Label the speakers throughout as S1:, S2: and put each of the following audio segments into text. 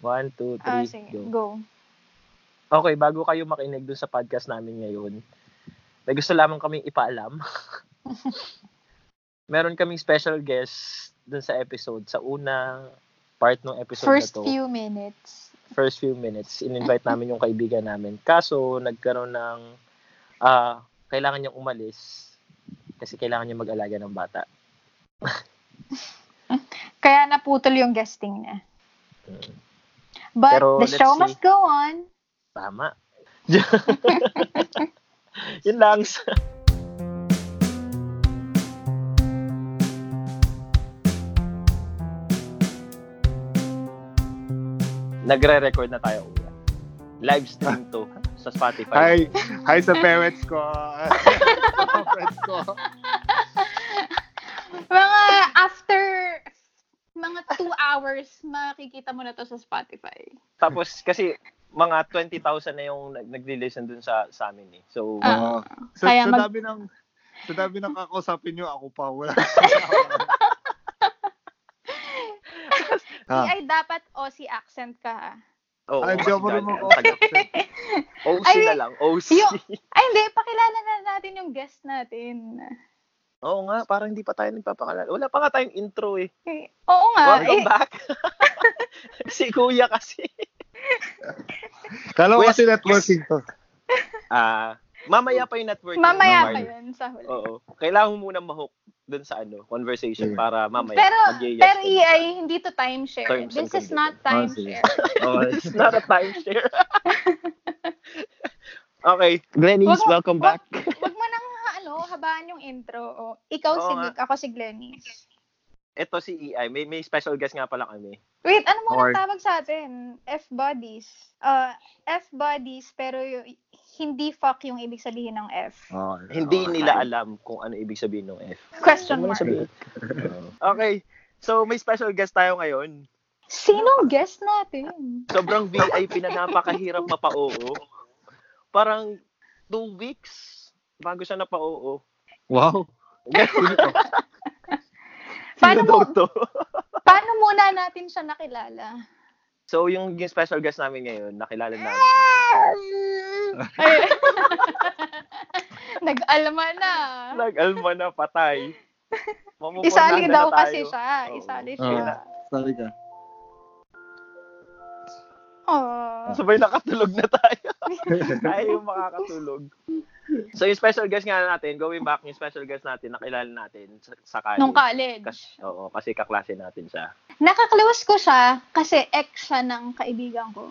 S1: One, two,
S2: Ah,
S1: three,
S2: sige.
S1: go.
S2: Go.
S1: Okay, bago kayo makinig dun sa podcast namin ngayon, may gusto lamang kaming ipaalam. Meron kaming special guest dun sa episode. Sa unang part ng episode na
S2: First
S1: to,
S2: few minutes.
S1: first few minutes, in-invite namin yung kaibigan namin. Kaso, nagkaroon ng, ah, kailangan niyang umalis kasi kailangan niya mag-alaga ng bata.
S2: Kaya naputol yung guesting niya. But
S1: Mm. Pero
S2: the
S1: let's
S2: show
S1: see.
S2: must go on.
S1: Tama. Yun lang. Nagre-record na tayo. Uya. Live stream to sa Spotify.
S3: Hi, hi sa parents ko. Sa friends ko.
S2: Mga after mga two hours, makikita mo na to sa Spotify.
S1: Tapos kasi mga 20,000 na yung nag- nagre-listen dun sa, sa amin eh. So,
S2: Ah.
S3: Oo. Sa,
S2: Kaya
S3: sa
S2: mag-
S3: dami ng sa dami ng kakausapin nyo, ako pa wala.
S2: Di
S3: ah,
S2: ay dapat Aussie accent ka. ah.
S1: oo.
S3: Ay, di ako marunong
S1: Ang tagal. OC
S2: Ay,
S1: na lang. OC.
S2: yung- Ay, hindi. Pakilala na natin yung guest natin.
S1: Oo nga, parang hindi pa tayo nagpapakalala. Wala pa nga tayong intro eh.
S2: Eh, Oo nga.
S1: Welcome
S2: eh,
S1: back. si Kuya kasi.
S3: kala ko
S1: Wait.
S3: kasi networking to.
S1: Ah, mamaya pa yung networking.
S2: mamaya
S1: Mark.
S2: pa yun sa huli.
S1: Oo. Kailangan mo muna mahook dun sa ano, conversation
S3: Yeah.
S1: para mamaya.
S2: pero,
S1: mag-yes
S2: pero
S1: ka.
S2: EI, hindi to timeshare.
S1: Terms and
S2: This is
S1: conditions.
S2: not
S3: Ah,
S2: timeshare.
S3: sige.
S1: This is not a timeshare. okay. Glennies,
S2: Wag mo-
S1: welcome back.
S2: Huwag mo nang ha- ano, habaan yung intro. O, ikaw
S1: Oo
S2: si
S1: nga.
S2: Vic, ako si Glennis.
S1: Ito si EI. May, may special guest nga pala kami.
S2: Wait, ano mo
S3: Or-
S2: tawag sa atin? F-bodies. Uh, F-bodies, pero y- hindi fuck yung ibig sabihin ng F.
S3: Okay.
S1: Hindi
S3: Okay.
S1: nila alam kung ano ibig sabihin ng F.
S2: Question
S1: Ano Oh, mo
S2: mark.
S1: sabihin?
S3: Oo.
S1: Okay. So, may special guest tayo ngayon.
S2: Sinong guest natin?
S1: Sobrang VIP na napakahirap mapa-oo. Parang two weeks bago siya napa-oo.
S3: Wow. Sino to?
S2: Paano
S1: Sino
S2: mo,
S1: daw to?
S2: paano muna natin siya nakilala?
S1: So, yung, yung special guest namin ngayon, nakilala namin.
S2: Ay. Nag-alma na.
S1: Nag-alma na, patay. Mamumurnahan
S2: Isali
S1: na
S2: daw
S1: tayo.
S2: kasi siya.
S1: Oo.
S2: Isali
S3: Oo.
S2: siya.
S3: Sorry ka.
S2: Oh.
S1: Sabay nakatulog na tayo. Tayo yung makakatulog. So, yung special guest nga natin, going back, yung special guest natin, nakilala natin sa, sa college.
S2: Nung college.
S1: Kasi, oo, kasi kaklase natin siya.
S2: Nakaklose ko siya kasi ex siya ng kaibigan ko.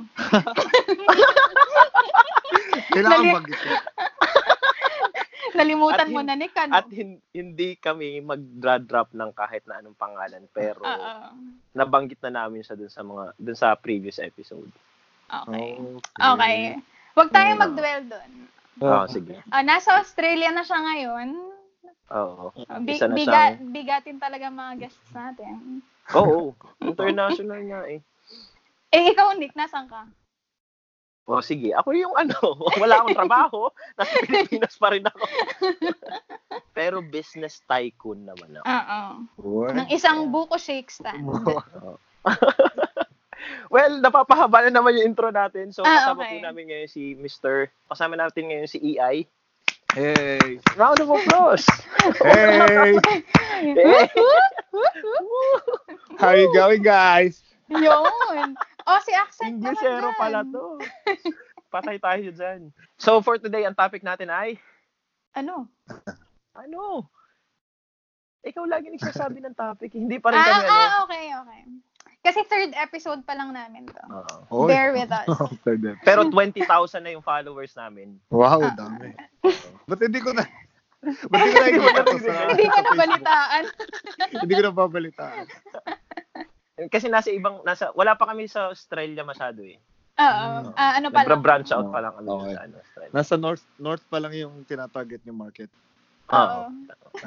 S2: Nali-
S3: Kailangan mag-isip.
S2: Nalimutan
S1: At
S2: mo
S1: hin-
S2: na ni Kan.
S1: At hin- hindi kami mag-drop ng kahit na anong pangalan, pero
S2: Oo.
S1: nabanggit na namin siya dun sa mga dun sa previous episode.
S2: Okay.
S3: Oh,
S2: Okay. Huwag tayo mag-dwell doon.
S1: Oo, sige.
S2: Ah, nasa Australia na siya ngayon.
S1: Oo.
S2: Ah, bi-
S1: Isa na
S2: biga-
S1: siyang-
S2: bigatin talaga mga guests natin.
S1: Oo. International nga eh.
S2: Eh, ikaw, Nick, nasan ka?
S1: O sige, ako yung ano, wala akong trabaho, nasa Pilipinas pa rin ako. Pero business tycoon naman ako.
S2: Oo.
S3: Uy.
S2: Ng isang buko shake stand.
S1: Well, napapahaba na naman yung intro natin. So,
S2: Ah,
S1: kasama po
S2: okay.
S1: namin ngayon si Mr. Kasama natin ngayon si EI.
S3: Hey!
S1: Round of applause!
S3: Hey!
S1: Eh,
S3: How you going, guys?
S2: Yun. Oh, si accent
S1: Inglesero
S2: naman
S1: pala
S2: yan.
S1: to. Patay tayo dyan. So, for today, ang topic natin ay
S2: Ano?
S1: Ano? Ikaw lagi nagsasabi ng topic. Hindi pa rin
S2: ah,
S1: kami
S2: ah,
S1: ano.
S2: okay, okay. Kasi third episode pa lang namin to.
S1: Oo.
S3: Oy.
S2: Bear with us.
S3: Pwede.
S1: Pero 20,000 na yung followers namin.
S3: Wow,
S2: Ah.
S3: dami. Ba't hindi ko na... Ba't hindi
S1: Hindi
S3: ko na
S1: mo na
S3: ikita to sa...
S1: narinig.
S2: Hindi ko
S3: sa Facebook?
S2: nabalitaan.
S3: Hindi ko na babalitaan.
S1: Kasi nasa ibang, nasa, wala pa kami sa Australia masyado eh.
S2: Oo. ah, ano pala?
S1: Nagra-branch out pa lang kami
S3: Okay.
S1: sa ano, Australia.
S3: Nasa north north pa lang yung tinatarget yung market.
S1: Oo.
S2: Oo.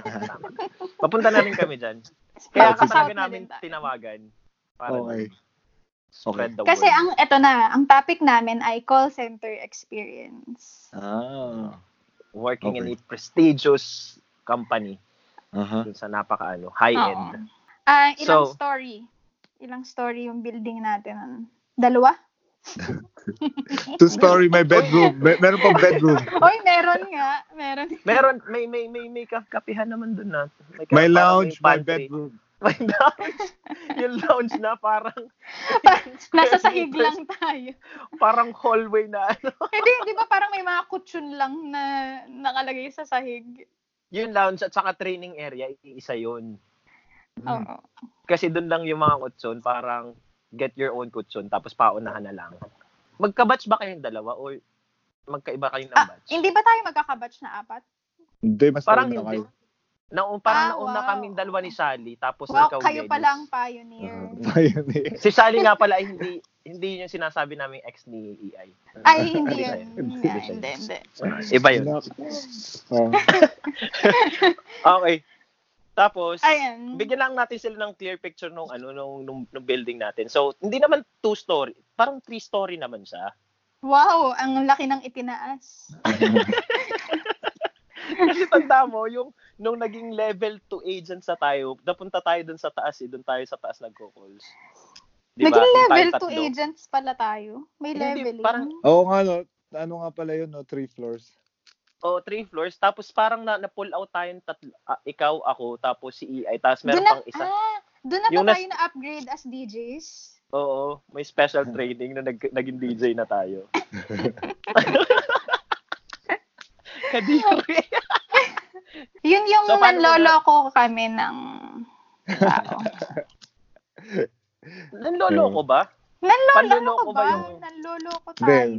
S1: Tama. Papunta na rin kami dyan. Kaya
S2: Kaya
S1: ka
S3: Okay.
S2: kasi
S1: talaga
S2: na din
S1: namin
S2: tayo.
S1: tinawagan. Para
S3: Okay.
S1: spread the
S2: Kasi
S1: word.
S2: ang eto na, ang topic namin ay call center experience.
S3: Ah.
S1: working in
S3: Okay.
S1: a prestigious company
S3: Aha.
S1: dun sa napaka ano, high-end.
S2: Oo. Ah, ilang
S1: So-
S2: story. Ilang story yung building natin. nun. Dalawa?
S3: Two-story, may bedroom. May, meron pang bedroom.
S2: Oy, meron nga. Meron.
S1: Meron, may, may, may, may ka- kapihan naman dun na. ka-
S3: May
S1: parang
S3: lounge, may
S1: pantry.
S3: bedroom.
S1: May lounge. yung lounge na parang,
S2: Nasa sahig lang tayo.
S1: parang hallway na ano.
S2: Hindi, di ba parang may mga kutsyon lang na nakalagay sa sahig?
S1: Yung lounge at saka training area, isa yun. Mm, Oh.
S2: Oo.
S1: Kasi dun lang yung mga kutsun, parang get your own kutsun, tapos paunahan na lang. Magkabatch ba kayong dalawa o magkaiba kayo ng
S2: Ah,
S1: batch?
S2: hindi ba tayo magkakabatch na apat?
S3: Hindi, mas
S1: Parang
S3: nauna
S1: hindi.
S3: kayo.
S1: Nao, parang
S2: Ah,
S1: nauna
S2: wow.
S1: kaming dalawa ni Sally, tapos
S2: Wow,
S1: ikaw,
S2: kayo
S1: Dennis.
S2: pa lang pioneer.
S1: Mm.
S3: Ah, yun eh.
S1: Si Sally nga pala, ay hindi, hindi yun yung sinasabi naming ex ni EI.
S2: Ay,
S1: Hindi
S2: hindi yun.
S3: hindi
S2: Ay,
S1: siya.
S2: Hindi, hindi.
S1: Iba yun.
S3: eh. Ah.
S1: Okay. Tapos,
S2: Ayan.
S1: bigyan lang natin sila ng clear picture nung ano nung, nung, nung building natin. So, hindi naman two story, parang three story naman siya.
S2: Wow, ang laki ng itinaas.
S1: Kasi tanda mo yung nung naging level 2 agents na tayo, napunta tayo dun sa taas, eh, dun tayo sa taas nagko-calls. Di ba?
S2: Naging
S1: Yung
S2: level
S1: tayo
S2: 2
S1: tatlo.
S2: agents pala tayo. May
S1: Hindi,
S2: leveling.
S1: parang-
S3: Oo nga, no. Ano nga pala yun, no? Three floors.
S1: Oo, Oh, three floors. Tapos parang na, na-pull out tayong tatlo. ah, ikaw, ako, tapos si EI. Tapos meron
S2: Doon na-
S1: pang isa.
S2: Ah, doon na
S1: Yung
S2: ba
S1: nas-
S2: tayo na-upgrade as DJs?
S1: Oo, may special training na nag, naging DJ na tayo. Kadiri.
S2: Yun yung
S1: So, paano
S2: nanloloko kami ng tao.
S1: Nanloloko
S3: Hmm.
S1: ba? Panloloko
S2: nanloloko
S1: ba
S2: ba?
S1: yun?
S2: Nanloloko tayo.
S3: Then,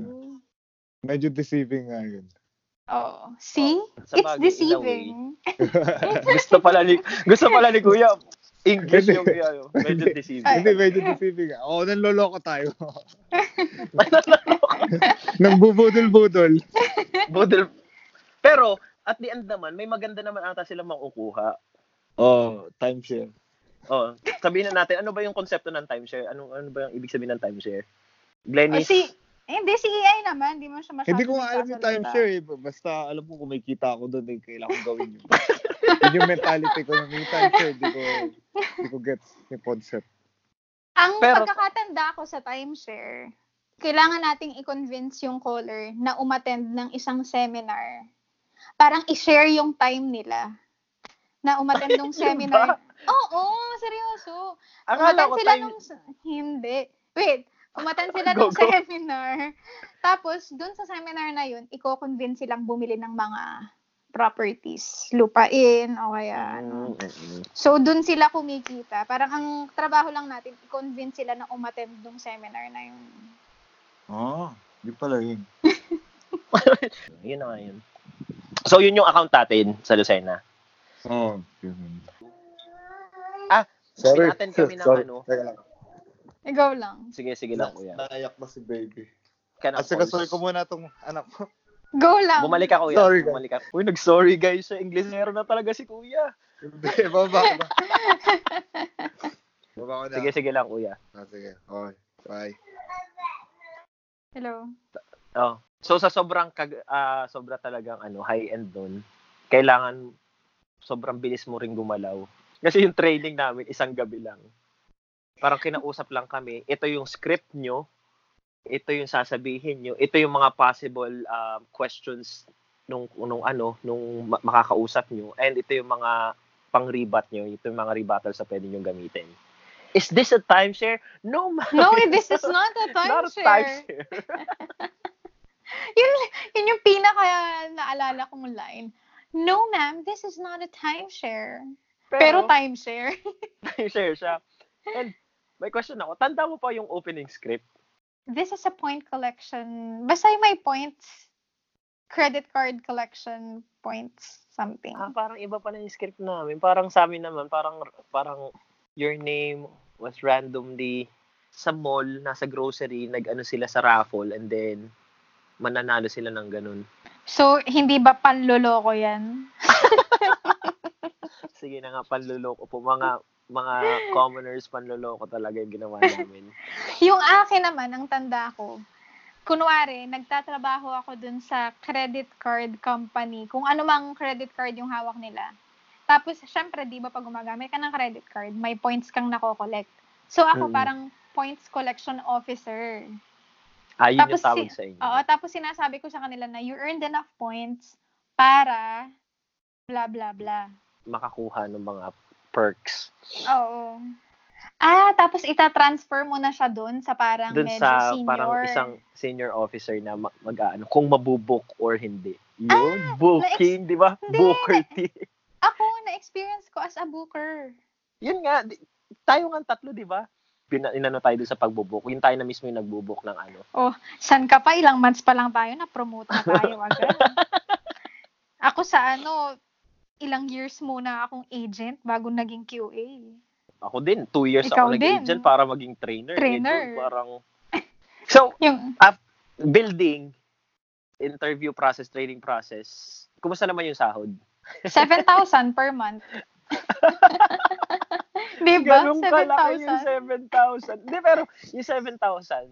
S3: Medyo deceiving nga yun.
S2: Oo. See?
S1: Oh, Sa
S2: It's
S1: bagay, in a way.
S2: deceiving.
S1: gusto pala ni gusto pala ni Kuya English yung kuya. no? Medyo deceiving.
S3: Hindi, medyo deceiving nga. Oo, nanloloko tayo.
S1: Nanloloko.
S3: Nang bubudol-budol.
S1: Budol. Pero at the end naman, may maganda naman ata silang makukuha.
S3: Oo, oh, timeshare.
S1: Oh, sabihin na natin, ano ba yung konsepto ng timeshare? Anong ano ba yung ibig sabihin ng timeshare?
S2: O
S1: Glennis,
S2: si, Oh, hindi, si EI naman. Hindi mo siya masyadong
S3: Hindi ko nga alam yung
S2: nagsasalita.
S3: timeshare eh. Basta alam ko kung may kita ako doon, eh, kailangan kong gawin yun. yun yung mentality ko ng yung timeshare. Hindi ko, hindi ko gets yung concept.
S2: Ang
S1: Pero-
S2: pagkakatanda ko sa timeshare, kailangan nating i-convince yung caller na umattend ng isang seminar. Parang i-share yung time nila na umattend ng seminar. Oo, seryoso.
S1: akala
S2: Umattend
S1: ko
S2: sila
S1: time
S2: nung... Hindi. Wait. Umattend sila
S1: Go,
S2: ng
S1: go.
S2: seminar. Tapos, dun sa seminar na yun, i-convince silang bumili ng mga properties. Lupain, o kaya ano.
S1: Hmm,
S2: So, dun sila kumikita. Parang ang trabaho lang natin, i-convince sila na umattend nung seminar na yun.
S3: Oo, oh, yun pala yun.
S1: Yun na nga yun. So, yun yung account natin sa Lucena.
S3: Oo. yun.
S1: Ah,
S3: sorry.
S1: pinaten kami ng
S3: sorry.
S1: ano.
S3: Teka lang.
S2: Ikaw lang.
S1: Sige, sige lang, kuya.
S3: Naiyak ba si baby?
S1: Ka na,
S3: At saka Ah, sorry ko muna tong anak ko.
S2: Go lang.
S1: Bumalik ka, kuya.
S3: Sorry, guys.
S1: Bumalik ka. Uy, nag-sorry, guys. Sa English, meron na talaga si kuya.
S3: Hindi, baba ko na. Baba ko na.
S1: Sige, sige lang, kuya.
S3: Ah, sige. Okay. Bye.
S2: Hello.
S1: Oh. So, sa sobrang, kag ah, sobra talagang ano, high-end nun, kailangan sobrang bilis mo ring gumalaw. Kasi yung training namin, isang gabi lang. Parang kinausap lang kami, ito yung script nyo, ito yung sasabihin nyo, ito yung mga possible um, questions nung, nung ano, nung ma- makakausap nyo, and ito yung mga pang-rebat nyo, ito yung mga rebuttals na pwede nyo gamitin. Is this a timeshare? No, ma'am.
S2: No, this is not a
S1: Not a
S2: timeshare.
S1: timeshare.
S2: yun, yun yung pinaka naalala kong line. No, ma'am, this is not a timeshare. Pero, timeshare.
S1: share siya. And may question ako. Tanda mo pa yung opening script?
S2: This is a point collection. Basta yung may points. Credit card collection points something.
S1: Ah, parang iba pa na yung script namin. Parang sa amin naman, parang parang your name was randomly sa mall, nasa grocery, nag-ano sila sa raffle and then mananalo sila ng ganun.
S2: So, hindi ba panloloko yan?
S1: Sige na nga, panluloko po. Mga mga commoners, panluloko talaga yung ginawa namin.
S2: Yung akin naman, ang tanda ko, kunwari, nagtatrabaho ako dun sa credit card company, kung ano mang credit card yung hawak nila. Tapos, syempre, di ba pag gumagamit ka ng credit card, may points kang nako-collect. So, ako
S1: Mm.
S2: parang points collection officer.
S1: Ah, yun
S2: Tapos
S1: yung tawag
S2: si-
S1: sa inyo.
S2: Oo, tapos sinasabi ko sa kanila na you earned enough points para bla bla bla.
S1: Makakuha ng mga perks.
S2: Oo. Ah, tapos itatransfer mo na siya doon sa parang
S1: Doon
S2: medyo
S1: sa
S2: senior.
S1: parang isang senior officer na mag, mag ano, kung mabubook or hindi. Yun, booking, di ba?
S2: Ah, hindi.
S1: Booker T.
S2: Ako, na-experience ko as a booker.
S1: Yun nga, di- tayo nga tatlo, di ba? Pina, inano tayo doon sa pagbubook. Yun tayo na mismo yung nagbubok ng ano.
S2: San ka pa? Ilang months pa lang tayo, na-promote na tayo agad. Ako sa ano, ilang years muna akong agent bago naging QA.
S1: Ako din, two years
S2: Ikaw
S1: ako
S2: din.
S1: nag-agent para maging trainer.
S2: Trainer.
S1: Yun, parang... So,
S2: Yung,
S1: building, interview process, training process, kumusta naman yung sahod?
S2: 7,000 per month. Di ba?
S1: Ganun kalaki yung 7,000.
S2: 7,000.
S1: Hindi, pero yung 7,000.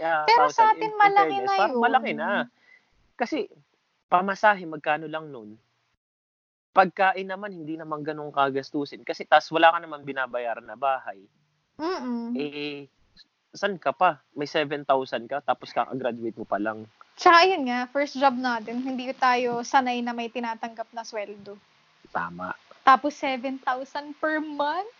S1: ah,
S2: Pero sa
S1: 1,000
S2: atin,
S1: in- in
S2: malaki
S1: fairness,
S2: na
S1: parang
S2: yun.
S1: Malaki na. Kasi, pamasahe, magkano lang nun? Pagkain naman, hindi naman ganun kagastusin. Kasi tas wala ka naman binabayaran na bahay.
S2: Mm-mm.
S1: Eh, san ka pa? May 7,000 ka, tapos kakagraduate mo pa lang.
S2: Tsaka yun nga, first job natin, hindi tayo sanay na may tinatanggap na sweldo.
S1: Tama.
S2: Tapos 7,000 per month?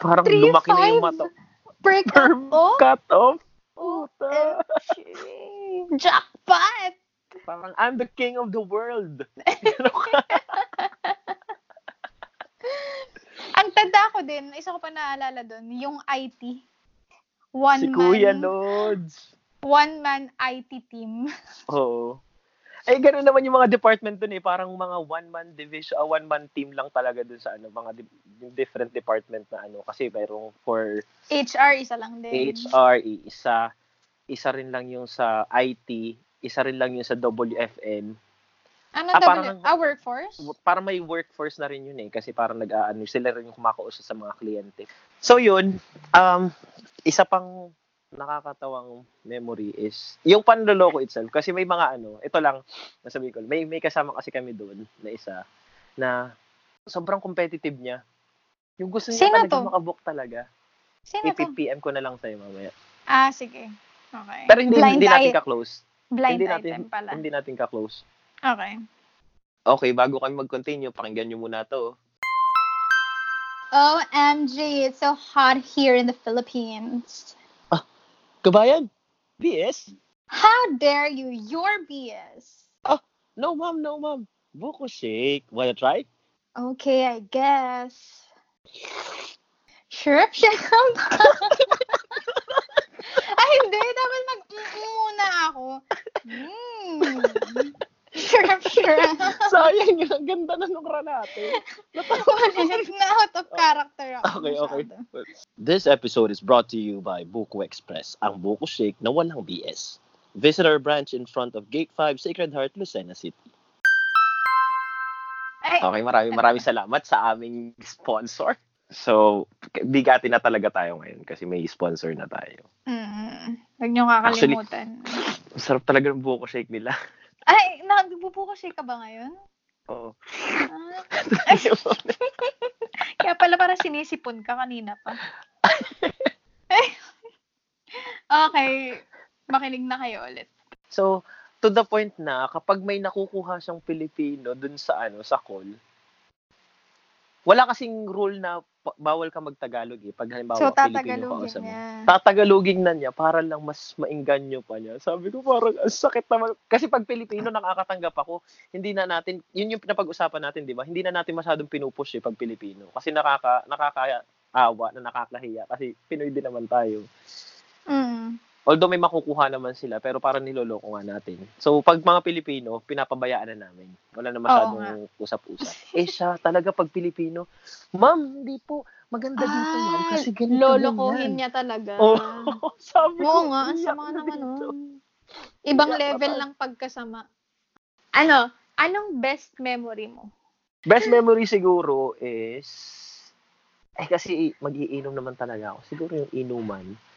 S1: Parang
S2: Three,
S1: lumaki na yung
S2: five. Oh?
S1: mata.
S2: Per
S1: Per
S2: kapo?
S1: Cut off.
S2: eh.
S1: Puta.
S2: OMG. Oh, Jackpot!
S1: Parang, I'm the king of the world.
S2: Ang tanda ko din, isa ko pa naalala doon, yung IT.
S1: si
S2: One
S1: Kuya
S2: man,
S1: Lods.
S2: one man IT team.
S1: Oo. Ay, ganun naman yung mga department dun eh. Parang mga one-man division, ah, one-man team lang talaga dun sa ano, mga di- yung different department na ano. Kasi mayroong for
S2: HR, isa lang din.
S1: HR, isa, isa rin lang yung sa IT, isa rin lang yung sa WFN.
S2: Ano
S1: Ah,
S2: ah,
S1: parang-
S2: ah, workforce?
S1: Para may workforce na rin yun eh. Kasi parang nag-aano, sila rin yung kumakausap sa mga kliyente. So yun, um, isa pang nakakatawang memory is yung panloloko itself. Kasi may mga ano, ito lang, nasabi ko, may, may kasama kasi kami doon na isa na sobrang competitive niya. Yung gusto niya
S2: Sino
S1: talaga
S2: to?
S1: makabook talaga.
S2: Sino to?
S1: I-PM ko na lang sa'yo mamaya.
S2: Ah, sige. Okay.
S1: Pero hindi,
S2: Blind
S1: hindi natin
S2: i-
S1: ka-close.
S2: Blind
S1: hindi natin-
S2: item pala.
S1: Hindi natin ka-close.
S2: Okay.
S1: Okay, bago kami mag-continue, pakinggan nyo muna to.
S2: OMG, it's so hot here in the Philippines.
S1: Kabayan! BS?
S2: How dare you? Your BS.
S1: No, ma'am, no, ma'am. Buko shake. Wanna try?
S2: Okay, I guess. Sure, sure. Ay, hindi. Dapat mag mm muna ako. Mm. Sure, sure.
S1: Sayang yun. Ang ganda na nung granate.
S2: na out of character ako.
S1: Okay, okay.
S2: masyado.
S1: This episode is brought to you by Buko Express, ang Buko Shake na walang BS. Visit our branch in front of Gate 5, Sacred Heart, Lucena City.
S2: Ay,
S1: Okay, maraming maraming salamat sa aming sponsor. So, bigatin na talaga tayo ngayon kasi may sponsor na tayo.
S2: mm, huwag niyong
S1: Actually-
S2: kakalimutan.
S1: Ang sarap talaga ng buko shake nila.
S2: Ay, nagbubuko siya ka ba ngayon?
S1: Oo.
S2: Ah, Kaya pala para sinisipon ka kanina pa. okay. Makinig na kayo ulit.
S1: So, to the point na kapag may nakukuha siyang Pilipino dun sa ano, sa call, wala kasing rule na pa- bawal ka magtagalog eh. Pag halimbawa Pilipino
S2: So,
S1: ka
S2: tatagalogin
S1: mo.
S2: niya.
S1: Tatagalogin na niya para lang mas maingganyo pa niya. Sabi ko parang ang sakit naman. Kasi pag Pilipino nakakatanggap ako, hindi na natin, yun yung napag-usapan natin, di ba? Hindi na natin masyadong pinupush eh pag Pilipino. Kasi nakaka, nakakaawa na nakakahiya. Kasi Pinoy din naman tayo.
S2: Mm.
S1: Although may makukuha naman sila, pero parang niloloko nga natin. So, pag mga Pilipino, pinapabayaan na namin. Wala na masyadong usap-usap. Eh siya, talaga pag Pilipino, Ma'am, hindi po. Maganda dito, ma'am. Kasi ganito ganyan."
S2: lolokohin niya talaga.
S1: Oo, sabi ko.
S2: Oo nga, ang
S1: iyak
S2: sama
S1: na
S2: naman oh.
S1: dito.
S2: nun. Ibang
S1: Iyak na
S2: level
S1: tayo.
S2: ng pagkasama. Ano? Anong best memory mo?
S1: Best memory siguro is, eh kasi mag-iinom naman talaga ako. Siguro yung inuman.
S2: Inuman.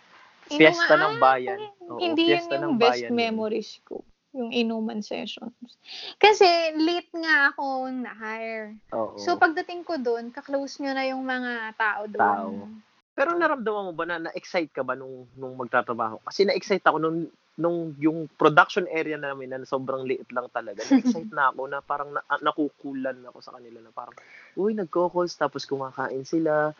S2: Ah,
S1: Fiesta ng bayan. Oo,
S2: Hindi yun
S1: fiesta ng
S2: yung best
S1: bayan.
S2: memories ko. Yung inuman sessions. Kasi late nga ako na-hire.
S1: Oo.
S2: So, pagdating ko doon, kaklose nyo na yung mga tao doon.
S1: Tao. Pero naramdaman mo ba na na-excite ka ba nung nung magtatrabaho? Kasi na-excite ako nung nung yung production area namin na sobrang liit lang talaga. Na-excite na ako na parang na, ah, nakukulan ako sa kanila na parang uy nagko-calls tapos kumakain sila.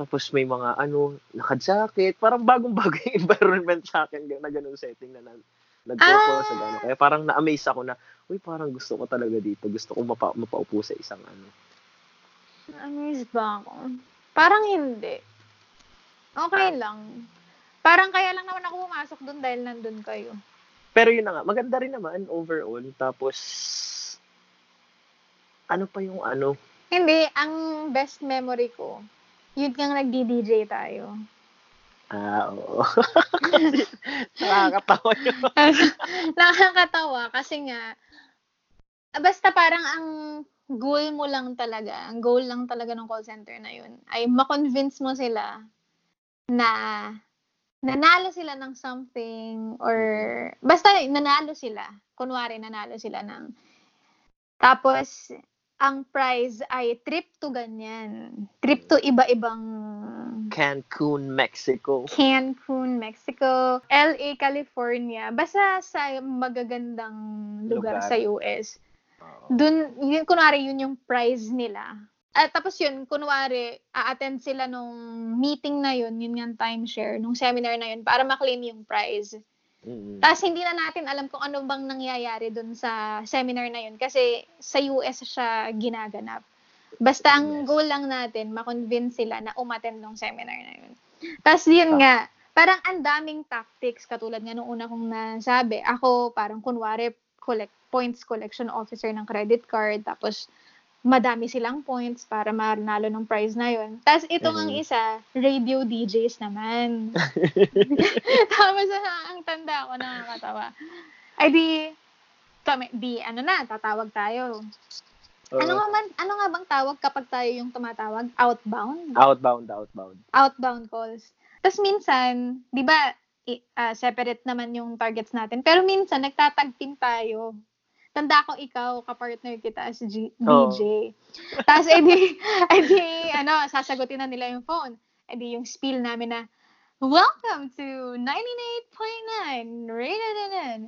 S1: Tapos may mga ano, naka-jacket. Parang bagong-bago yung environment sa akin na ganun setting na, na nagko-calls
S2: Ah.
S1: na ano. Kaya parang na-amaze ako na uy parang gusto ko talaga dito. Gusto ko mapa, mapaupo sa isang ano.
S2: Amaze ba ako? Parang hindi. Okay lang. Parang kaya lang naman ako pumasok dun dahil nandun kayo.
S1: Pero yun na nga, maganda rin naman overall. Tapos, ano pa yung ano?
S2: Hindi, ang best memory ko, yun kang nagdi-DJ tayo.
S1: Ah, oo. Nakakatawa yun.
S2: Nakakatawa kasi nga, ah, basta parang ang goal mo lang talaga, ang goal lang talaga ng call center na yun, ay makonvince mo sila na nanalo sila ng something or basta nanalo sila. Kunwari, nanalo sila ng tapos, ang prize ay trip to ganyan. Trip to iba-ibang
S1: Cancun, Mexico.
S2: Cancun, Mexico, LA, California. Basta sa magagandang lugar,
S1: Lugar.
S2: sa US.
S1: Oo.
S2: Dun, yun, kunwari, yun yung prize nila. At tapos yun, kunwari, a-attend sila nung meeting na yun, yun yung timeshare, nung seminar na yun, para maklaim yung prize.
S1: Mm-mm.
S2: Tapos hindi na natin alam kung ano bang nangyayari dun sa seminar na yun kasi sa US siya ginaganap. Basta
S1: Yes.
S2: ang goal lang natin, makonvince sila na umattend ng seminar na yun. Tapos yun nga, parang ang daming tactics katulad nga nung una kong nasabi. Ako parang kunwari collect points collection officer ng credit card tapos madami silang points para manalo ng prize na yun. Tapos itong ang
S1: Mhm.
S2: isa, radio DJs naman. Tapos ang, ang tanda ko nakakatawa. Ay di, kami, di ano na, tatawag tayo. Ano nga, man, ano nga bang tawag kapag tayo yung tumatawag? Outbound?
S1: Outbound, outbound.
S2: Outbound calls. Tapos minsan, di ba, i- ah, separate naman yung targets natin. Pero minsan, nagtatag team tayo. Tanda ko ikaw, kapartner kita as G-
S1: Oo.
S2: DJ. Tapos, eh, edi, edi, ano, sasagutin na nila yung phone. Edi yung spiel namin na, Welcome to 98.9 Rated NN.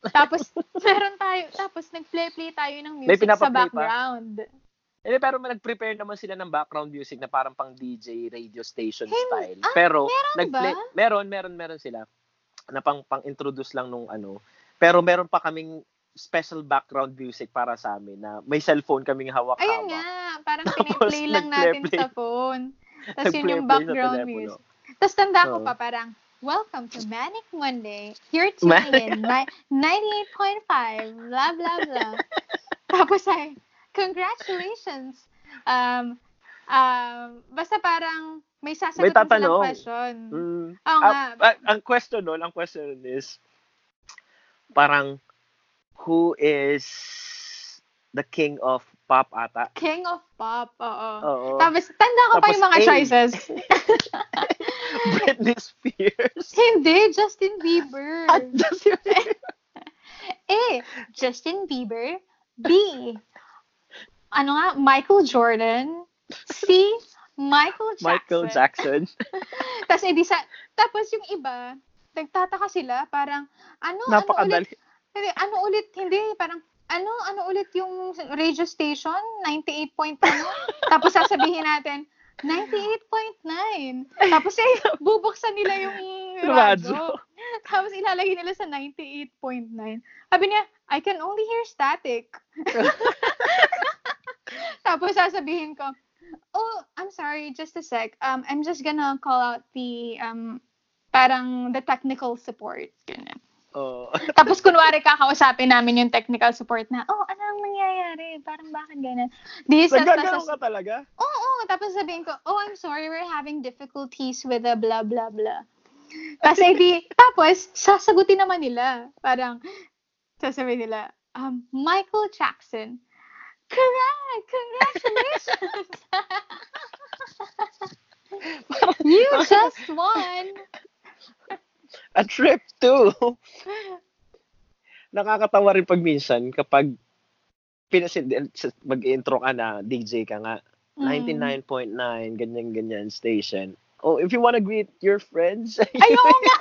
S2: Tapos, meron tayo, tapos nag-play-play tayo ng
S1: May
S2: music sa
S1: pinapa-play pa?
S2: background.
S1: Eh, pero may nag-prepare naman sila ng background music na parang pang DJ radio station
S2: Hey,
S1: style.
S2: ah,
S1: pero
S2: ba?
S1: meron meron meron sila na pang pang-introduce lang nung ano. Pero meron pa kaming special background music para sa amin na may cellphone kaming hawak-hawak.
S2: Ayun nga, parang
S1: Tapos,
S2: piniplay lang natin
S1: nagplay-play.
S2: sa phone. Tapos yun
S1: Nag-play-play sa
S2: yung background
S1: telepono.
S2: music. Tapos tanda ko
S1: Oo.
S2: pa parang, Welcome to Manic Monday. You're tuning
S1: Manic.
S2: in ni- 98.5, blah, blah, blah. Tapos ay, congratulations. Um, um, basta parang may sasagutin silang
S1: tatanong.
S2: question.
S1: Mm.
S2: Oo nga.
S1: Ah, ah, ang question nun, ang question nun is, parang, who is the king of pop ata?
S2: King of Pop, oo.
S1: Oo.
S2: Tapos, tanda ko pa
S1: Tapos
S2: yung mga
S1: A.
S2: choices.
S1: Britney Spears.
S2: Hindi, Justin Bieber.
S1: At just yun.
S2: A. Justin Bieber. B. Ano nga? Michael Jordan. C. Michael Jackson. Ano
S1: Michael Jackson.
S2: Tapos, edi sa, tapos yung iba, nagtataka sila, parang, ano, ano ulit?
S1: Napakadali.
S2: Hindi, ano ulit? Hindi, parang, ano, ano ulit yung radio station? 98.9? tapos sasabihin natin, 98.9. Tapos eh, bubuksan nila yung radyo.
S1: Radyo.
S2: Tapos ilalagay nila sa 98.9. Sabi niya, I can only hear static. Tapos sasabihin ko, oh, I'm sorry, just a sec. Um, I'm just gonna call out the, um, parang the technical support. Ganyan.
S1: Oo.
S2: Tapos kunwari kakausapin namin yung technical support na, oh, ano ang nangyayari? Parang bakit ganyan? This, tas- tas-
S1: Nagagano
S2: tas-
S1: ka talaga?
S2: Oo, oo. tapos sabihin ko, oh, I'm sorry, we're having difficulties with the blah, blah, blah. Tapos, edi, tapos, sasagutin naman nila. Parang, sasabihin nila, um, Michael Jackson. Correct! Congratulations! you just won!
S1: A trip to. Nakakatawa rin pag minsan kapag pinasin, eh, mag-intro ka na, DJ ka nga,
S2: Mm.
S1: 99.9, ganyan-ganyan station. oh, if you wanna greet your friends,
S2: Ayoko nga.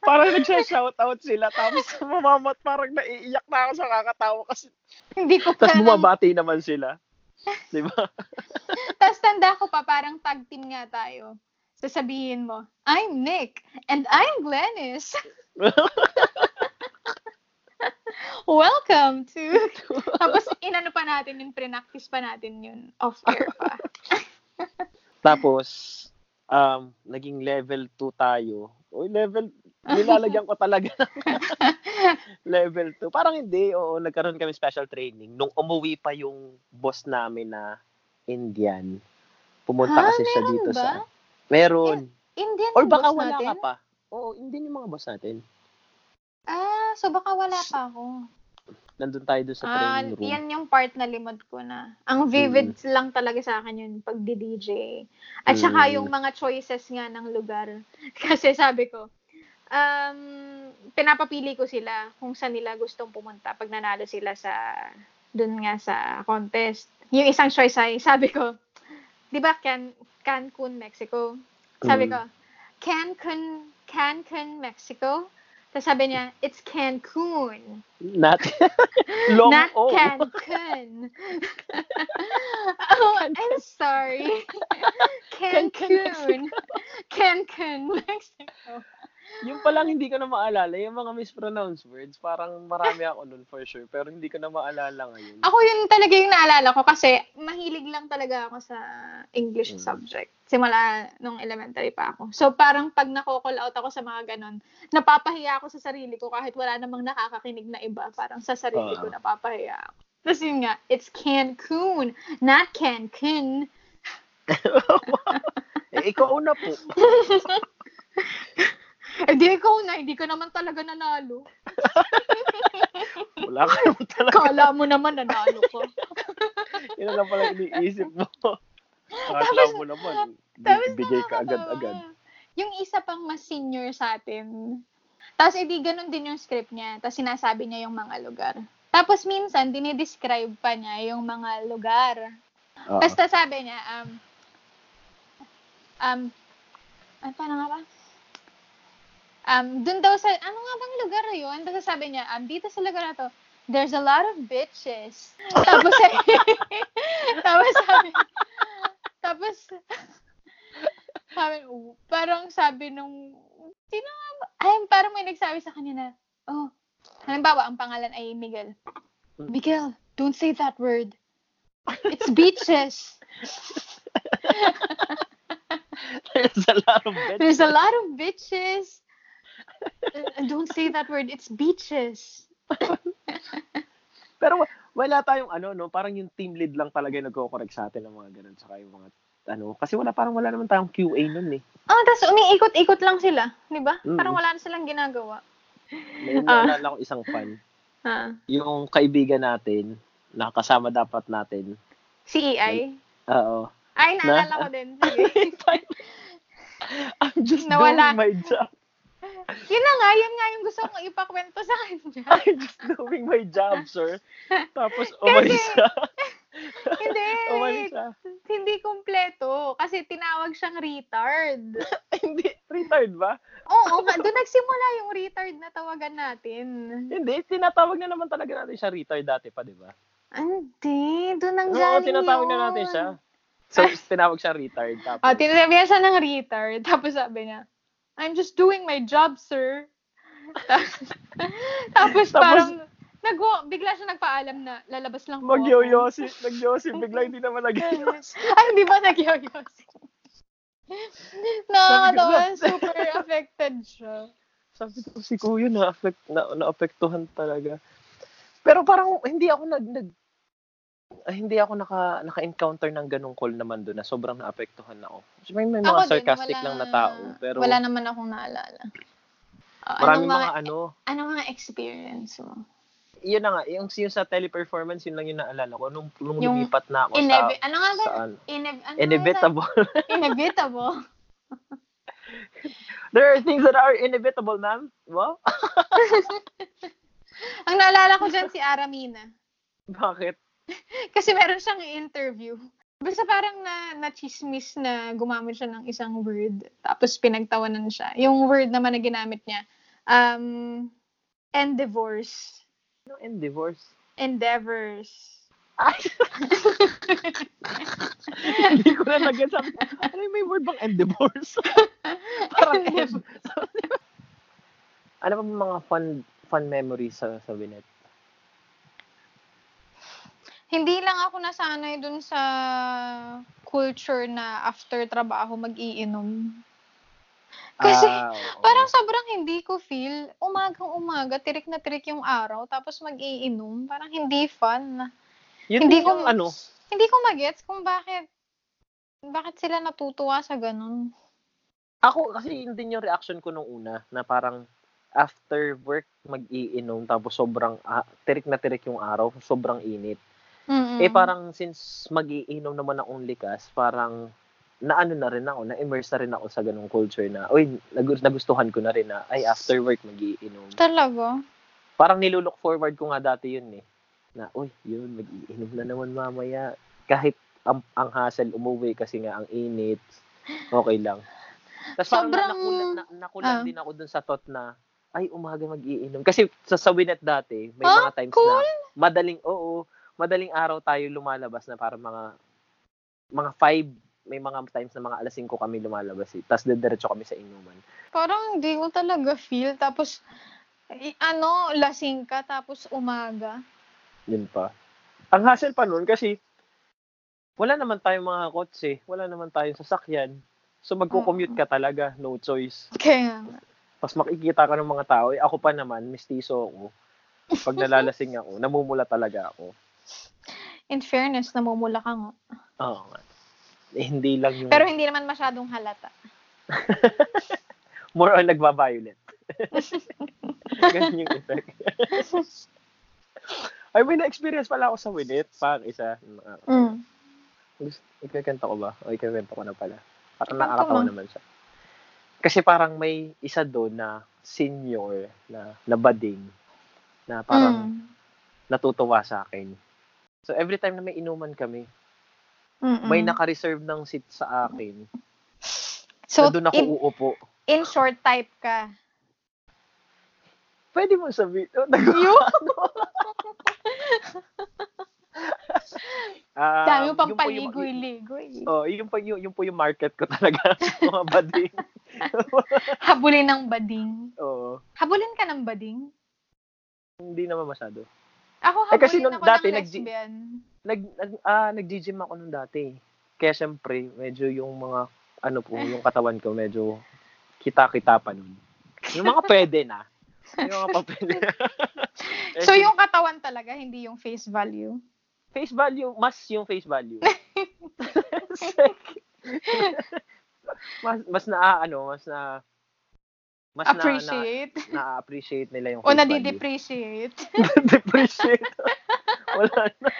S1: parang nagsha-shoutout sila. Tapos mamamat, parang naiiyak na ako sa kakatawa kasi.
S2: Hindi ko
S1: Tapos
S2: pa nang-
S1: bumabati naman sila. Di ba?
S2: Tapos tanda ko pa, parang tag team nga tayo. Sasabihin mo, I'm Nick, and I'm Glennis. Welcome to... Tapos inano pa natin yun, prinactice pa natin yun, off-air pa.
S1: Tapos, um, naging level 2 tayo. Uy, level, nilalagyan ko talaga ng level 2. Parang hindi, oo, nagkaroon kami special training. Nung umuwi pa yung boss namin na Indian, pumunta
S2: Ah,
S1: kasi siya
S2: meron
S1: dito
S2: ba?
S1: sa... Meron.
S2: Indian
S1: Or
S2: yung
S1: baka
S2: boss
S1: wala
S2: natin?
S1: ka pa. Oo, hindi yung mga boss natin.
S2: Ah, so baka wala pa ako.
S1: Nandun tayo doon sa
S2: Ah,
S1: training room.
S2: yan yung part na limot ko na. Ang vivid lang talaga sa akin yun pag di-DJ. At saka
S1: Mm.
S2: yung mga choices nga ng lugar. Kasi sabi ko, um, pinapapili ko sila kung saan nila gustong pumunta pag nanalo sila sa, dun nga sa contest. Yung isang choice ay, sabi ko, di ba Can, Cancun, Mexico? Sabi
S1: Mm.
S2: ko, Cancun, Cancun, Mexico? Tapos sabi niya, it's Cancun.
S1: Not, long
S2: Not
S1: O.
S2: Cancun. oh, I'm sorry. Cancun. Cancun, Mexico.
S1: Yung palang hindi ko na maalala, yung mga mispronounced words, parang marami ako nun for sure, pero hindi ko na maalala ngayon.
S2: Ako yun talaga yung naalala ko kasi mahilig lang talaga ako sa English
S1: Mm.
S2: subject. Simula nung elementary pa ako. So parang pag nako-call out ako sa mga ganun, napapahiya ako sa sarili ko kahit wala namang nakakakinig na iba. Parang sa sarili ko
S1: Oo.
S2: napapahiya ako. Tapos yun nga, it's Cancun, not Cancun.
S1: Eh, ikaw na po.
S2: Eh, di ikaw na, hindi ka naman talaga nanalo.
S1: Wala ka naman talaga.
S2: Kala mo naman nanalo ko.
S1: Yun lang pala iniisip mo. Akala
S2: Tapos-
S1: mo naman.
S2: Tapos
S1: bi- Bigay ka
S2: nakakatawa.
S1: agad-agad.
S2: Yung isa pang mas senior sa atin. Tapos edi ganun din yung script niya. Tapos sinasabi niya yung mga lugar. Tapos minsan, dinidescribe pa niya yung mga lugar.
S1: Oo.
S3: Ah,
S2: Tapos sabi niya, um, um, ano pa nga ba? Um, dun daw sa, ano nga bang lugar yun? Tapos sabi niya, um, dito sa lugar na to, there's a lot of bitches. Tapos, tapos sabi, tapos, sabi, parang sabi nung, sino nga ba? Ay, parang may nagsabi sa kanya na, oh, halimbawa, ang pangalan ay Miguel. Miguel, don't say that word. It's beaches.
S1: There's a lot of bed.
S2: There's a lot of bitches. Uh, Don't say that word. It's beaches.
S1: Pero wa- wala tayong ano, no? Parang yung team lead lang talaga yung nagko-correct sa atin ng mga ganun. Tsaka yung mga ano, kasi wala parang wala naman tayong QA nun eh.
S2: Oh, tapos umiikot-ikot lang sila, di ba?
S1: Mm.
S2: Parang wala na silang ginagawa.
S1: May
S2: Ah.
S1: naalala ko isang fan.
S2: Ah.
S1: Yung kaibigan natin, nakakasama dapat natin.
S2: Si EI.
S1: Oo.
S2: Ay, naalala
S1: Na-
S2: ko din. Sige.
S1: I'm just
S2: Nawala.
S1: doing my job.
S2: yun na nga, yun nga yung gusto kong ipakwento sa kanya.
S1: I'm just doing my job, sir. Tapos umalis siya.
S2: hindi,
S1: umalis siya.
S2: hindi kumpleto. Kasi tinawag siyang retard.
S1: Hindi, retard ba?
S2: Oo, nga, doon nagsimula yung retard na tawagan natin.
S1: Hindi, tinatawag na naman talaga natin siya retard dati pa, di ba?
S2: Hindi, doon ang
S1: Oo,
S2: galing
S1: tinatawag na
S2: yun. Ah.
S1: natin siya. So, tinawag siya retard. Tapos,
S2: O, tinasabihan Ah, siya ng retard. Tapos sabi niya, I'm just doing my job, sir. tapos, tapos parang, nag bigla siya nagpaalam na lalabas lang po. ako."
S1: Magyoyosi, nagyosi, bigla hindi naman nag
S2: Ay, hindi ba nagyoyosi? Nakakatawa,
S1: Sabi ko,
S2: super affected siya.
S1: Sabi ko, si Kuya, na-affect, na, naapektuhan talaga. Pero parang, hindi ako nag, nag ah, hindi ako naka, naka-encounter ng ganung call naman doon na sobrang naapektuhan ako. May, may mga
S2: Ako din,
S1: sarcastic
S2: wala-
S1: lang na tao. Pero,
S2: Wala naman akong naalala. Oh,
S1: maraming
S2: anong
S1: mga, ano,
S2: anong mga experience mo?
S1: yun na nga, yung, yung sa teleperformance, yun lang yung naalala ko. Nung, nung
S2: Yung
S1: lumipat na ako
S2: Inevi-
S1: sa,
S2: ano nga ba?
S1: sa ano,
S2: Inev- ano nga ba?
S1: inevitable.
S2: Inevitable.
S1: There are things that are inevitable, ma'am. Well,
S2: Ang naalala ko dyan si Aramina.
S1: bakit?
S2: Kasi meron siyang interview. Basta parang na, na-chismis na gumamit siya ng isang word. Tapos pinagtawanan siya. Yung word naman na ginamit niya, um, endeavors.
S1: Ano and divorce?
S2: Endeavors.
S1: Ay! Hindi ko na lagyan sa... Ano yung may word bang and divorce? Parang end. ano pa ba mga fun fun memories sa, sa Binet?
S2: Hindi lang ako nasanay dun sa culture na after trabaho mag-iinom. Kasi,
S1: Ah, Oh.
S2: Parang sobrang hindi ko feel, umagang-umaga, tirik na tirik yung araw, tapos mag-iinom. Parang hindi fun.
S1: hindi
S2: hindi
S1: ko...
S2: ko-
S1: Ano?
S2: Hindi ko magets kung bakit, bakit sila natutuwa sa ganun.
S1: Ako, kasi yun din yung reaction ko nung una, na parang after work, mag-iinom, tapos sobrang, ah, tirik na tirik yung araw, sobrang init.
S2: Mm-mm.
S1: Eh, parang since magiinom naman akong likas, parang naano na rin ako, na-immerse na rin ako sa ganung culture na, uy, nagu- nagustuhan ko na rin na, ay, after work, magiinom.
S2: Talaga?
S1: Parang nilulook forward ko nga dati yun eh. Na, uy, yun, magiinom na naman mamaya. Kahit ang, ang hassle umuwi kasi nga ang init, okay lang. Tapos parang
S2: Sobrang-
S1: nakulan, na, nakulan
S2: Ah.
S1: din ako dun sa thought na, ay, umaga mag-iinom. Kasi sa Sawinet dati, may
S2: Ah,
S1: mga times
S2: cool.
S1: na madaling, oo, madaling araw tayo lumalabas na parang mga, mga five, may mga times na mga alas 5 kami lumalabas eh. Tapos dediretso kami sa inuman.
S2: Parang hindi ko talaga feel. Tapos, i- ano, lasing ka, tapos umaga.
S1: Yun pa. Ang hassle pa nun kasi wala naman tayong mga kotse, wala naman tayong sasakyan. So magko-commute ka talaga, no choice.
S2: Kaya nga.
S1: Tapos makikita ka ng mga tao, eh, ako pa naman, mistiso ako. Pag nalalasing ako, namumula talaga ako.
S2: In fairness, namumula ka nga.
S1: Oo nga. Eh, hindi lang yung,
S2: Pero hindi naman masyadong halata.
S1: more on nagbabiolent. Ganun yung effect. I mean, na-experience pala ako sa Winnet, pang isa.
S2: Mm.
S1: Ikakanta ko ba? O ikakanta ko na pala. Parang
S2: Ikanta
S1: nakakatawa
S2: mo.
S1: naman siya. Kasi parang may isa doon na senior na nabading na
S2: Mm.
S1: parang natutuwa sa akin. So every time na may inuman kami,
S2: Mm.
S1: may
S2: Mm-mm.
S1: naka-reserve ng seat sa akin. So,
S2: So,
S1: na doon ako
S2: in,
S1: uupo.
S2: in short type ka.
S1: Pwede mo sabihin. Oh, Ah,
S2: Dami mo pang
S1: yun po yung-
S2: paligoy-ligoy.
S1: Oh, yun po yung, yun po yung market ko talaga. Mga bading.
S2: Habulin ng bading.
S1: Oo.
S2: Habulin ka ng bading?
S1: Hindi naman masyado. Eh,
S2: Ako habulin
S1: kasi nung
S2: ako
S1: dati
S2: ng
S1: nag-
S2: lesbian.
S1: nag, nag ah, nag-gym ako nung dati. Kaya syempre, medyo yung mga, ano po, yung katawan ko, medyo kita-kita pa nun. Yung mga pwede na. Yung mga pa pwede. Eh,
S2: So, yung katawan talaga, hindi yung face value.
S1: face value, mas yung face value. mas, mas na, ano, mas na, mas na-
S2: Appreciate.
S1: na, na-appreciate nila yung
S2: o
S1: face value.
S2: nadidepreciate.
S1: Depreciate. Wala na.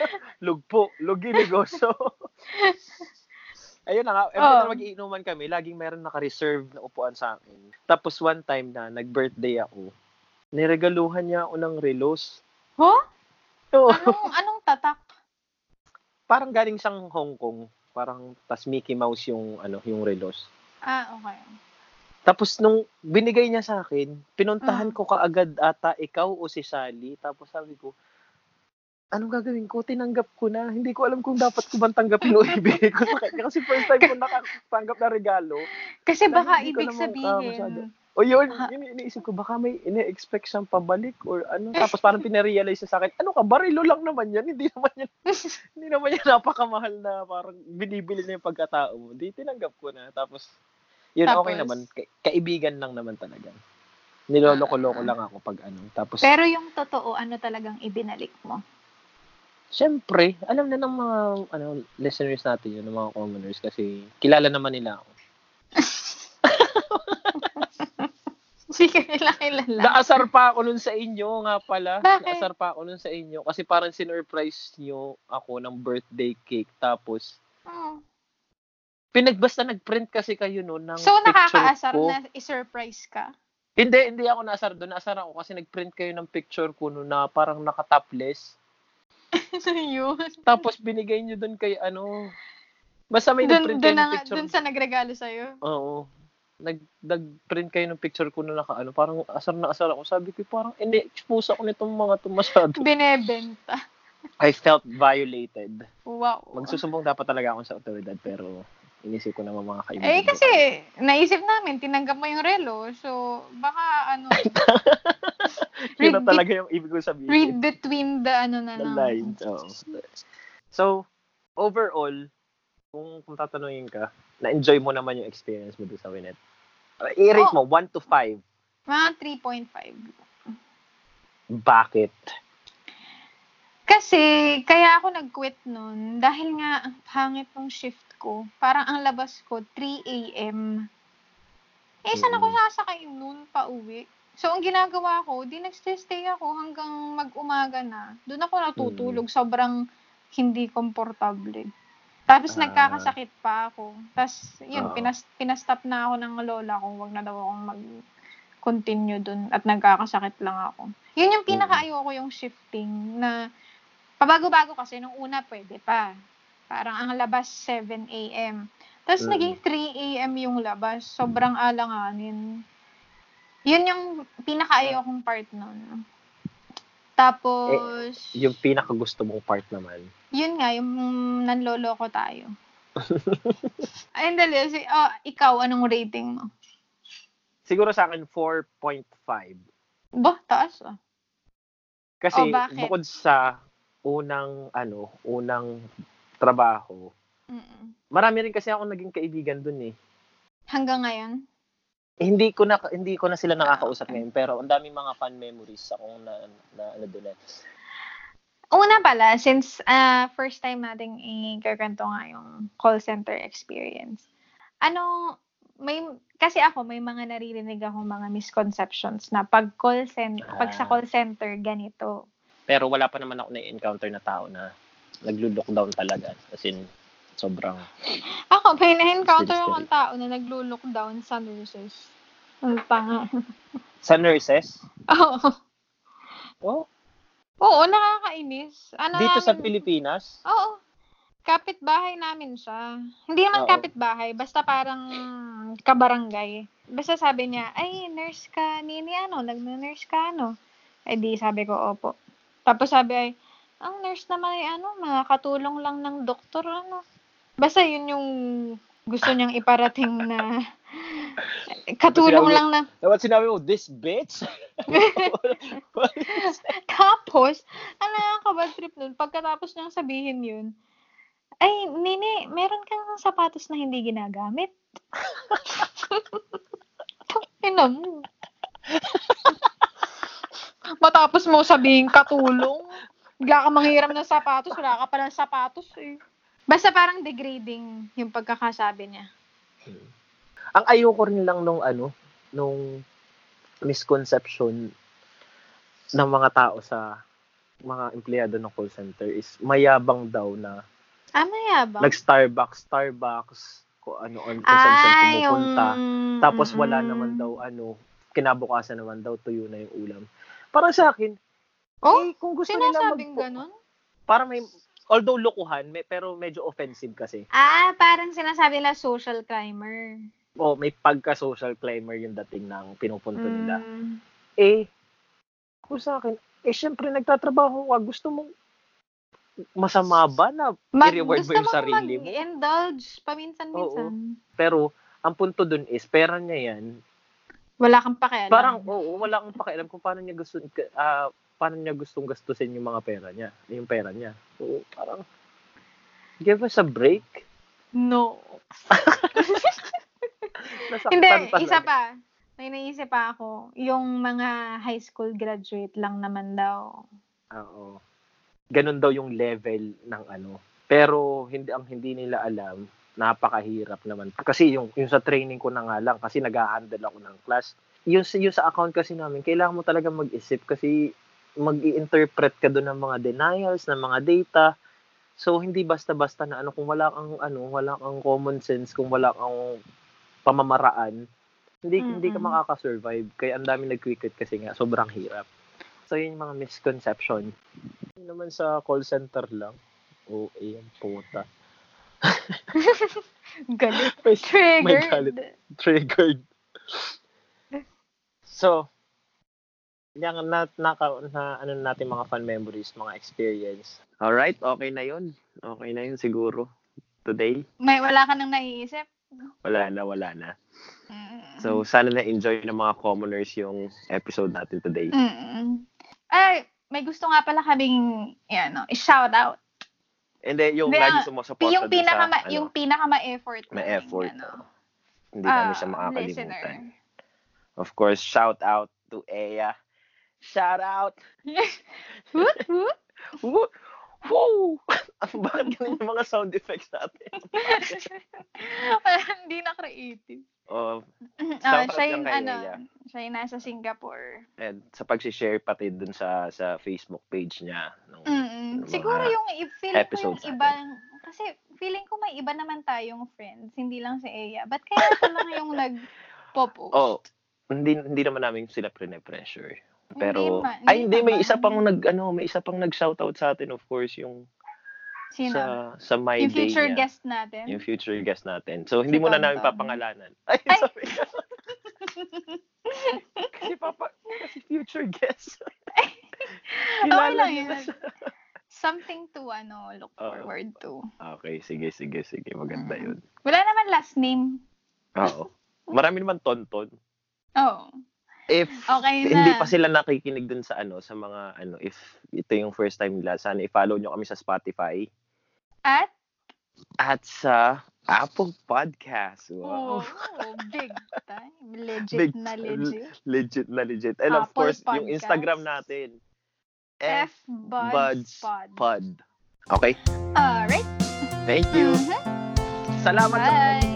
S1: Lugpo. Lugi negosyo. Ayun na nga. Every
S2: Oh.
S1: time mag-iinuman kami, laging meron naka-reserve na upuan sa akin. Tapos one time na, nag-birthday ako, niregaluhan niya ako ng relos.
S2: Huh?
S1: Oo.
S2: Anong, anong tatak?
S1: parang galing siyang Hong Kong. Parang, tas Mickey Mouse yung, ano, yung relos.
S2: Ah, okay.
S1: Tapos nung binigay niya sa akin, pinuntahan
S2: Mm.
S1: ko kaagad ata ikaw o si Sally. Tapos sabi ko, anong gagawin ko? Tinanggap ko na. Hindi ko alam kung dapat ko bang tanggapin o ibigay ko sa kanya. Kasi first time ko nakatanggap na regalo.
S2: Kasi
S1: Dahil
S2: baka
S1: hindi ko
S2: ibig
S1: naman, ah, masyado.
S2: sabihin,
S1: O yun,
S2: Ah.
S1: yun yung iniisip ko, baka may ine-expect siyang pabalik or ano.
S2: Eh.
S1: Tapos parang pinarealize niya sa akin, ano ka, barilo lang naman yan. Hindi naman yan, hindi naman yan napakamahal na parang binibili na yung pagkatao mo. Hindi, tinanggap ko na. Tapos, yun, okay
S2: Tapos?
S1: naman. Ka- kaibigan lang naman talaga. Niloloko-loko lang ako pag ano. Tapos,
S2: Ah. pero yung totoo, ano talagang ibinalik mo?
S1: syempre, alam na ng mga ano, listeners natin yun, ng mga commoners kasi kilala naman nila ako.
S2: Hindi ka nila kilala.
S1: Naasar pa ako nun sa inyo nga pala.
S2: Bakit?
S1: Naasar pa ako nun sa inyo. Kasi parang sinurprise nyo ako ng birthday cake. Tapos,
S2: Oh.
S1: pinagbasta nag-print kasi kayo nun ng
S2: So,
S1: picture
S2: nakakaasar
S1: ko.
S2: na isurprise ka?
S1: Hindi, hindi ako naasar doon. Naasar ako kasi nag-print kayo ng picture ko nun na parang nakatapless.
S2: Ano yun?
S1: Tapos, binigay nyo doon kay ano, Basta may
S2: Dun,
S1: nag-print
S2: dun,
S1: kayo
S2: na,
S1: ng
S2: nga-
S1: picture.
S2: dun sa nagregalo sa'yo.
S1: Oo. Nag, nag-print kayo ng picture ko na nakaano. Parang asar na asar ako. Sabi ko, parang in-expose ako nitong mga to masyado.
S2: Binebenta.
S1: I felt violated.
S2: Wow.
S1: Magsusumbong dapat talaga ako sa otoridad pero inisip ko naman mga kaibigan.
S2: Eh
S1: ko.
S2: kasi naisip namin tinanggap mo yung relo. So baka ano
S1: Yun na
S2: read,
S1: talaga yung ibig ko
S2: bet-
S1: sabihin.
S2: read between the ano na
S1: the
S2: lang.
S1: lines. Oo. So, overall, kung, kung tatanungin ka, na-enjoy mo naman yung experience mo doon sa Winet. Uh, I-rate
S2: Oh.
S1: mo, 1 to 5.
S2: Mga 3.5.
S1: Bakit?
S2: Kasi, kaya ako nag-quit nun. Dahil nga, ang pangit ng shift ko. Parang ang labas ko, 3 a.m. Eh, saan ako
S1: Mm.
S2: sasakay nun pa uwi? So, ang ginagawa ko, di nagstay ako hanggang mag-umaga na. Doon ako natutulog. Sobrang hindi komportable. Tapos,
S1: Ah.
S2: nagkakasakit pa ako. Tapos, yun,
S1: Oo.
S2: pinas, pinastop na ako ng lola ko. Huwag na daw akong mag-continue dun. At nagkakasakit lang ako. Yun
S1: Mm.
S2: yung pinaka-ayoko yung shifting na pabago-bago kasi nung una pwede pa. Parang ang labas 7 a.m.
S1: Mm.
S2: Tapos naging 3 a.m. yung labas. Sobrang alanganin. Yun yung pinaka-ayokong part nun. Tapos,
S1: Eh, Yung pinakagusto mong part naman.
S2: yun nga, yung nanloloko tayo. Ayun, dali. Si, oh, ikaw, anong rating mo?
S1: Siguro sa akin, 4.5.
S2: Bah, taas ah.
S1: Kasi
S2: Oh, bakit?
S1: bukod sa unang, ano, unang trabaho,
S2: Mm-mm.
S1: marami rin kasi ako naging kaibigan doon eh.
S2: Hanggang ngayon?
S1: hindi ko na hindi ko na sila nakakausap ngayon pero ang daming mga fan memories akong na, na ano doon eh.
S2: Una pala, since ah, first time nating ikakwento nga yung call center experience. Ano, may, kasi ako, may mga naririnig akong mga misconceptions na pag call center, pag sa
S1: Ah.
S2: call center, ganito.
S1: Pero wala pa naman ako na-encounter na tao na naglo-lockdown talaga. As in, sobrang...
S2: Ako, may na-encounter
S1: Still
S2: akong tao na naglo-lockdown sa nurses. Ang tanga.
S1: Sa nurses?
S2: Oo.
S1: Oh,
S2: Oo, nakakainis. Ano
S1: dito sa
S2: namin-
S1: Pilipinas?
S2: Oo. Kapitbahay namin siya. Hindi naman
S1: Oo.
S2: kapitbahay, basta parang kabarangay. Basta sabi niya, ay, nurse ka, nini, ano, nag-nurse ka, ano. Eh di, sabi ko, opo. Tapos sabi ay, ang nurse naman ay, ano, mga katulong lang ng doktor, ano. Basta yun yung gusto niyang iparating na katulong lang na
S1: Dapat Eh, sinabi mo, this bitch?
S2: Tapos, ano yung kabad trip nun? Pagkatapos niyang sabihin yun, ay, Nini, meron kang sapatos na hindi ginagamit. Ina mo. Matapos mo sabihin, katulong. Bigla ka manghiram ng sapatos, wala ka pala ng sapatos eh. Basta parang degrading yung pagkakasabi niya.
S1: ang ayoko rin lang nung ano, nung misconception ng mga tao sa mga empleyado ng call center is mayabang daw na
S2: Ah, mayabang.
S1: Nag-Starbucks, Starbucks, kung ano, on, kung saan saan
S2: Ah, yung...
S1: pumupunta. Tapos wala
S2: Mm-mm.
S1: naman daw, ano, kinabukasan naman daw, tuyo na yung ulam. Para sa akin,
S2: Oh,
S1: eh, kung gusto nila mag...
S2: sinasabing ganun?
S1: Para may, although lokohan, may, pero medyo offensive kasi.
S2: Ah, parang sinasabi nila social climber.
S1: O may pagka-social climber yung dating ng pinupunto nila.
S2: Mm.
S1: Eh, kung sa akin, eh, syempre, nagtatrabaho ka, gusto mong masama ba na
S2: Mag,
S1: I-reward mo
S2: gusto
S1: yung
S2: mong
S1: sarili mo?
S2: mag-indulge paminsan-minsan.
S1: pero ang punto dun is pera niya yan
S2: Wala kang pakialam.
S1: Parang, oo, wala akong pakialam kung paano niya gusto, ah, paano niya gustong gastusin yung mga pera niya, yung pera niya. So, parang, give us a break.
S2: no.
S1: Nasaktan
S2: Hindi,
S1: talaga.
S2: isa pa. May naisip pa ako. Yung mga high school graduate lang naman daw.
S1: Ah, Oo. Ganun daw yung level ng ano. Pero, hindi, ang hindi nila alam, napakahirap naman. Kasi yung, yung sa training ko na nga lang, kasi nag-handle ako ng class. Yung, sa- yung sa account kasi namin, kailangan mo talaga mag-isip kasi mag interpret ka doon ng mga denials, ng mga data. So, hindi basta-basta na ano, kung wala kang, ano, wala kang common sense, kung wala kang pamamaraan, hindi, hindi ka
S2: Mm-mm.
S1: makakasurvive. Kaya ang dami nag-quit kasi nga, sobrang hirap. So, yun yung mga misconception. Yun naman sa call center lang. OA ang Oh, puta.
S2: Galit.
S1: May, may
S2: Triggered.
S1: galit. Triggered. So, yan na, na, na, ano natin mga fan memories, mga experience. Alright, okay na yun. Okay na yun siguro. Today,
S2: May wala ka nang naiisip?
S1: wala na, wala na.
S2: Mm.
S1: So, sana na-enjoy ng mga commoners yung episode natin today.
S2: Mm. Ay, may gusto nga pala kaming, yan, no, i-shout out.
S1: And then, yung
S2: Hindi,
S1: lagi
S2: ang-
S1: sumusuporta
S2: ah, yung
S1: dun
S2: pinaka,
S1: sa, ano,
S2: yung pinaka ma-effort.
S1: Ma-effort,
S2: Ano,
S1: hindi namin siya
S2: ah,
S1: makakalimutan.
S2: listener.
S1: Of course, shout out to Ea. Shout out!
S2: Woot, woot.
S1: Woo! Woo! Bakit ganun yung mga sound effects natin?
S2: Wala, Hindi na creative.
S1: Oh,
S2: Ah,
S1: Shout out
S2: siya
S1: lang
S2: yung,
S1: kay
S2: ano,
S1: Leia.
S2: siya yung nasa Singapore.
S1: and sa pag-share pati dun sa sa Facebook page niya. Nung,
S2: Mm.
S1: Mga
S2: Siguro yung i-feel ko yung
S1: episodes natin.
S2: ibang kasi feeling ko may iba naman tayong friends, hindi lang si Eya. Ba't kaya ito lang yung nag-pop-up?
S1: Oh, hindi hindi naman namin sila pressure Pero
S2: Hindi ma-
S1: ay
S2: hindi
S1: hindi may
S2: naman.
S1: isa pang nag ano, may isa pang nag-shoutout sa atin of course yung
S2: Sino?
S1: sa sa my
S2: yung
S1: day
S2: future
S1: niya.
S2: guest natin.
S1: Yung future guest natin. So hindi
S2: Si
S1: muna namin
S2: Tonton.
S1: papangalanan. Ay,
S2: Ay!
S1: sorry. kasi papa kasi future guest.
S2: okay
S1: Kilala
S2: lang
S1: niyo
S2: yun.
S1: na siya.
S2: Something to ano, look
S1: Oo.
S2: forward to.
S1: Okay, sige sige sige, maganda
S2: Mm.
S1: 'yun.
S2: Wala naman last name.
S1: Oo. Marami naman tonton.
S2: Oh,
S1: If
S2: okay na.
S1: hindi pa sila nakikinig dun sa ano, sa mga ano, if ito yung first time nila, sana i-follow nyo kami sa Spotify
S2: At?
S1: at sa Apple Podcast. Wow.
S2: Oh, big time. Legit
S1: Big
S2: na
S1: time.
S2: legit.
S1: Legit na legit. And of
S2: Apple
S1: course, yung
S2: Podcast.
S1: Instagram natin. F
S2: F Buds Pod.
S1: Pod. Okay.
S2: Alright.
S1: Thank you.
S2: Mhm.
S1: Salamat.
S2: Bye.